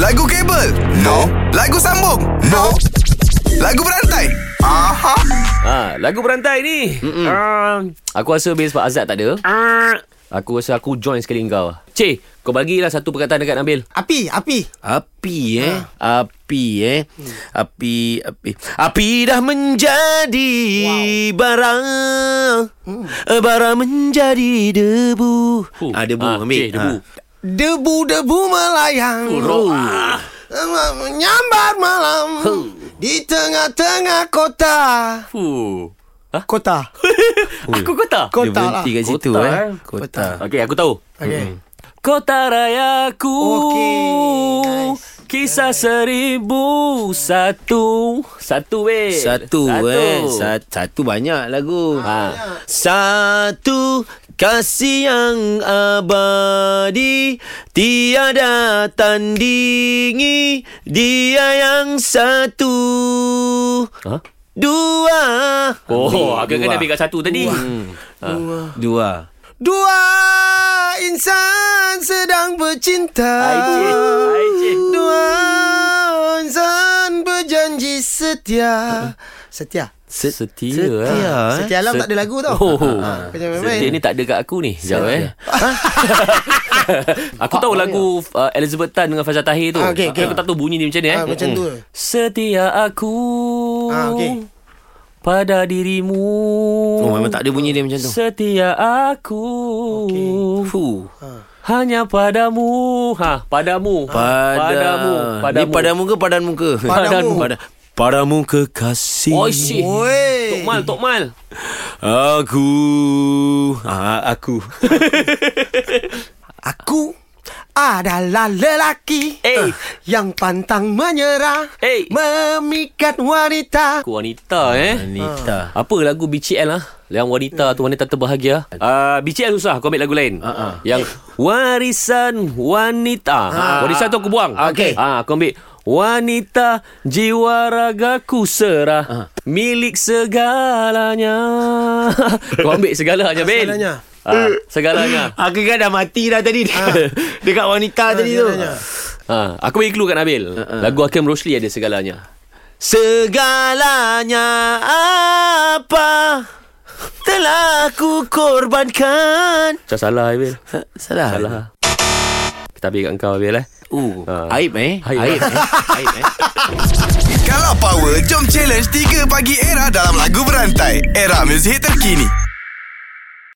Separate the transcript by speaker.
Speaker 1: Lagu kabel? No. Lagu sambung? No. Lagu berantai? Aha.
Speaker 2: Ha, lagu berantai ni. Uh, aku rasa best sebab Azad tak ada. Uh, aku rasa aku join sekali kau. Cik, kau bagilah satu perkataan dekat Nabil.
Speaker 3: Api, api.
Speaker 4: Api eh Api eh Api Api Api dah menjadi wow. Barang hmm. Barang menjadi debu
Speaker 2: Huh.
Speaker 4: Ah debu
Speaker 2: Ah,
Speaker 4: ambil
Speaker 2: cik, debu.
Speaker 3: Debu-debu melayang.
Speaker 2: Oh,
Speaker 4: Ah.
Speaker 3: Menyambar malam. Di tengah-tengah kota.
Speaker 2: Fuh.
Speaker 3: Kota.
Speaker 2: Aku kota.
Speaker 4: Dia
Speaker 3: Kota lah.
Speaker 4: berhenti kat situ
Speaker 2: Kota,
Speaker 4: eh Hmm.
Speaker 2: eh.
Speaker 4: Kota
Speaker 2: Okey, aku tahu.
Speaker 3: Okay.
Speaker 2: Kota rayaku
Speaker 3: Okey, nice.
Speaker 2: Kisah seribu Satu Satu weh
Speaker 4: Satu, eh Sat, Satu banyak lagu Ha.
Speaker 2: Ah.
Speaker 4: Satu Kasih yang abadi Tiada tandingi Dia yang satu
Speaker 2: Ha?
Speaker 4: Dua
Speaker 2: Oh,
Speaker 4: Ambil
Speaker 2: agak kena ambil kat satu tadi. Hmm.
Speaker 4: Ah, Dua
Speaker 3: Dua insan sedang bercinta.
Speaker 2: Aijin, aijin.
Speaker 3: Dua insan berjanji setia. Setia.
Speaker 4: Se-
Speaker 2: Setia,
Speaker 4: Setia
Speaker 2: eh.
Speaker 4: eh?
Speaker 3: Setia Alam tak ada lagu tau.
Speaker 2: Oh,
Speaker 3: Ha, macam main-main.
Speaker 2: Setia ni tak ada kat aku ni. Sekejap eh.
Speaker 4: Ha?
Speaker 2: aku tahu lagu uh, Elizabeth Tan dengan Faizal Tahir tu.
Speaker 3: Ah, okey, okey.
Speaker 2: Aku tak tahu bunyi dia macam ni eh.
Speaker 3: Ah, macam tu.
Speaker 2: Setia aku.
Speaker 3: Ah, okey.
Speaker 2: Pada dirimu.
Speaker 4: Oh memang tak ada bunyi dia macam tu
Speaker 2: Setia aku.
Speaker 4: Fuh.
Speaker 2: Hanya padamu. Ha, padamu.
Speaker 4: Pada
Speaker 2: Padamu.
Speaker 4: Ni padamu ke padan muka
Speaker 3: Padamu.
Speaker 4: Pada Padamu kekasih
Speaker 2: Oh, shit.
Speaker 3: Oi.
Speaker 2: Tok Mal, Tok Mal.
Speaker 4: Aku ah, Aku
Speaker 3: Aku adalah lelaki
Speaker 2: Eh.
Speaker 3: yang pantang menyerah,
Speaker 2: Eh.
Speaker 3: memikat wanita.
Speaker 2: Aku wanita eh.
Speaker 4: Anita
Speaker 2: Apa lagu BCL lah Yang wanita tu wanita terbahagia uh, BCL susah Aku ambil lagu lain uh-uh. Yang Warisan wanita uh Warisan tu aku buang
Speaker 4: Okey.
Speaker 2: uh, Aku ambil Wanita jiwa ragaku serah uh. Milik segalanya Kau ambil segalanya Bin
Speaker 3: Segalanya.
Speaker 2: Ah, segalanya
Speaker 4: Aku kan dah mati dah tadi Ah. Dekat wanita tadi tu Ah,
Speaker 2: ha, Aku bagi clue kat Nabil uh-uh. Lagu Hakim Rosli ada segalanya
Speaker 4: Segalanya apa Telah aku korbankan
Speaker 2: Macam salah Nabil
Speaker 4: Salah
Speaker 2: Salah Kita ambil kat kau Nabil eh
Speaker 4: uh,
Speaker 2: Ah.
Speaker 4: Aib eh
Speaker 2: Aib.
Speaker 4: Aib eh Aib eh
Speaker 1: Kalau power, jom challenge 3 pagi era dalam lagu berantai. Era muzik terkini.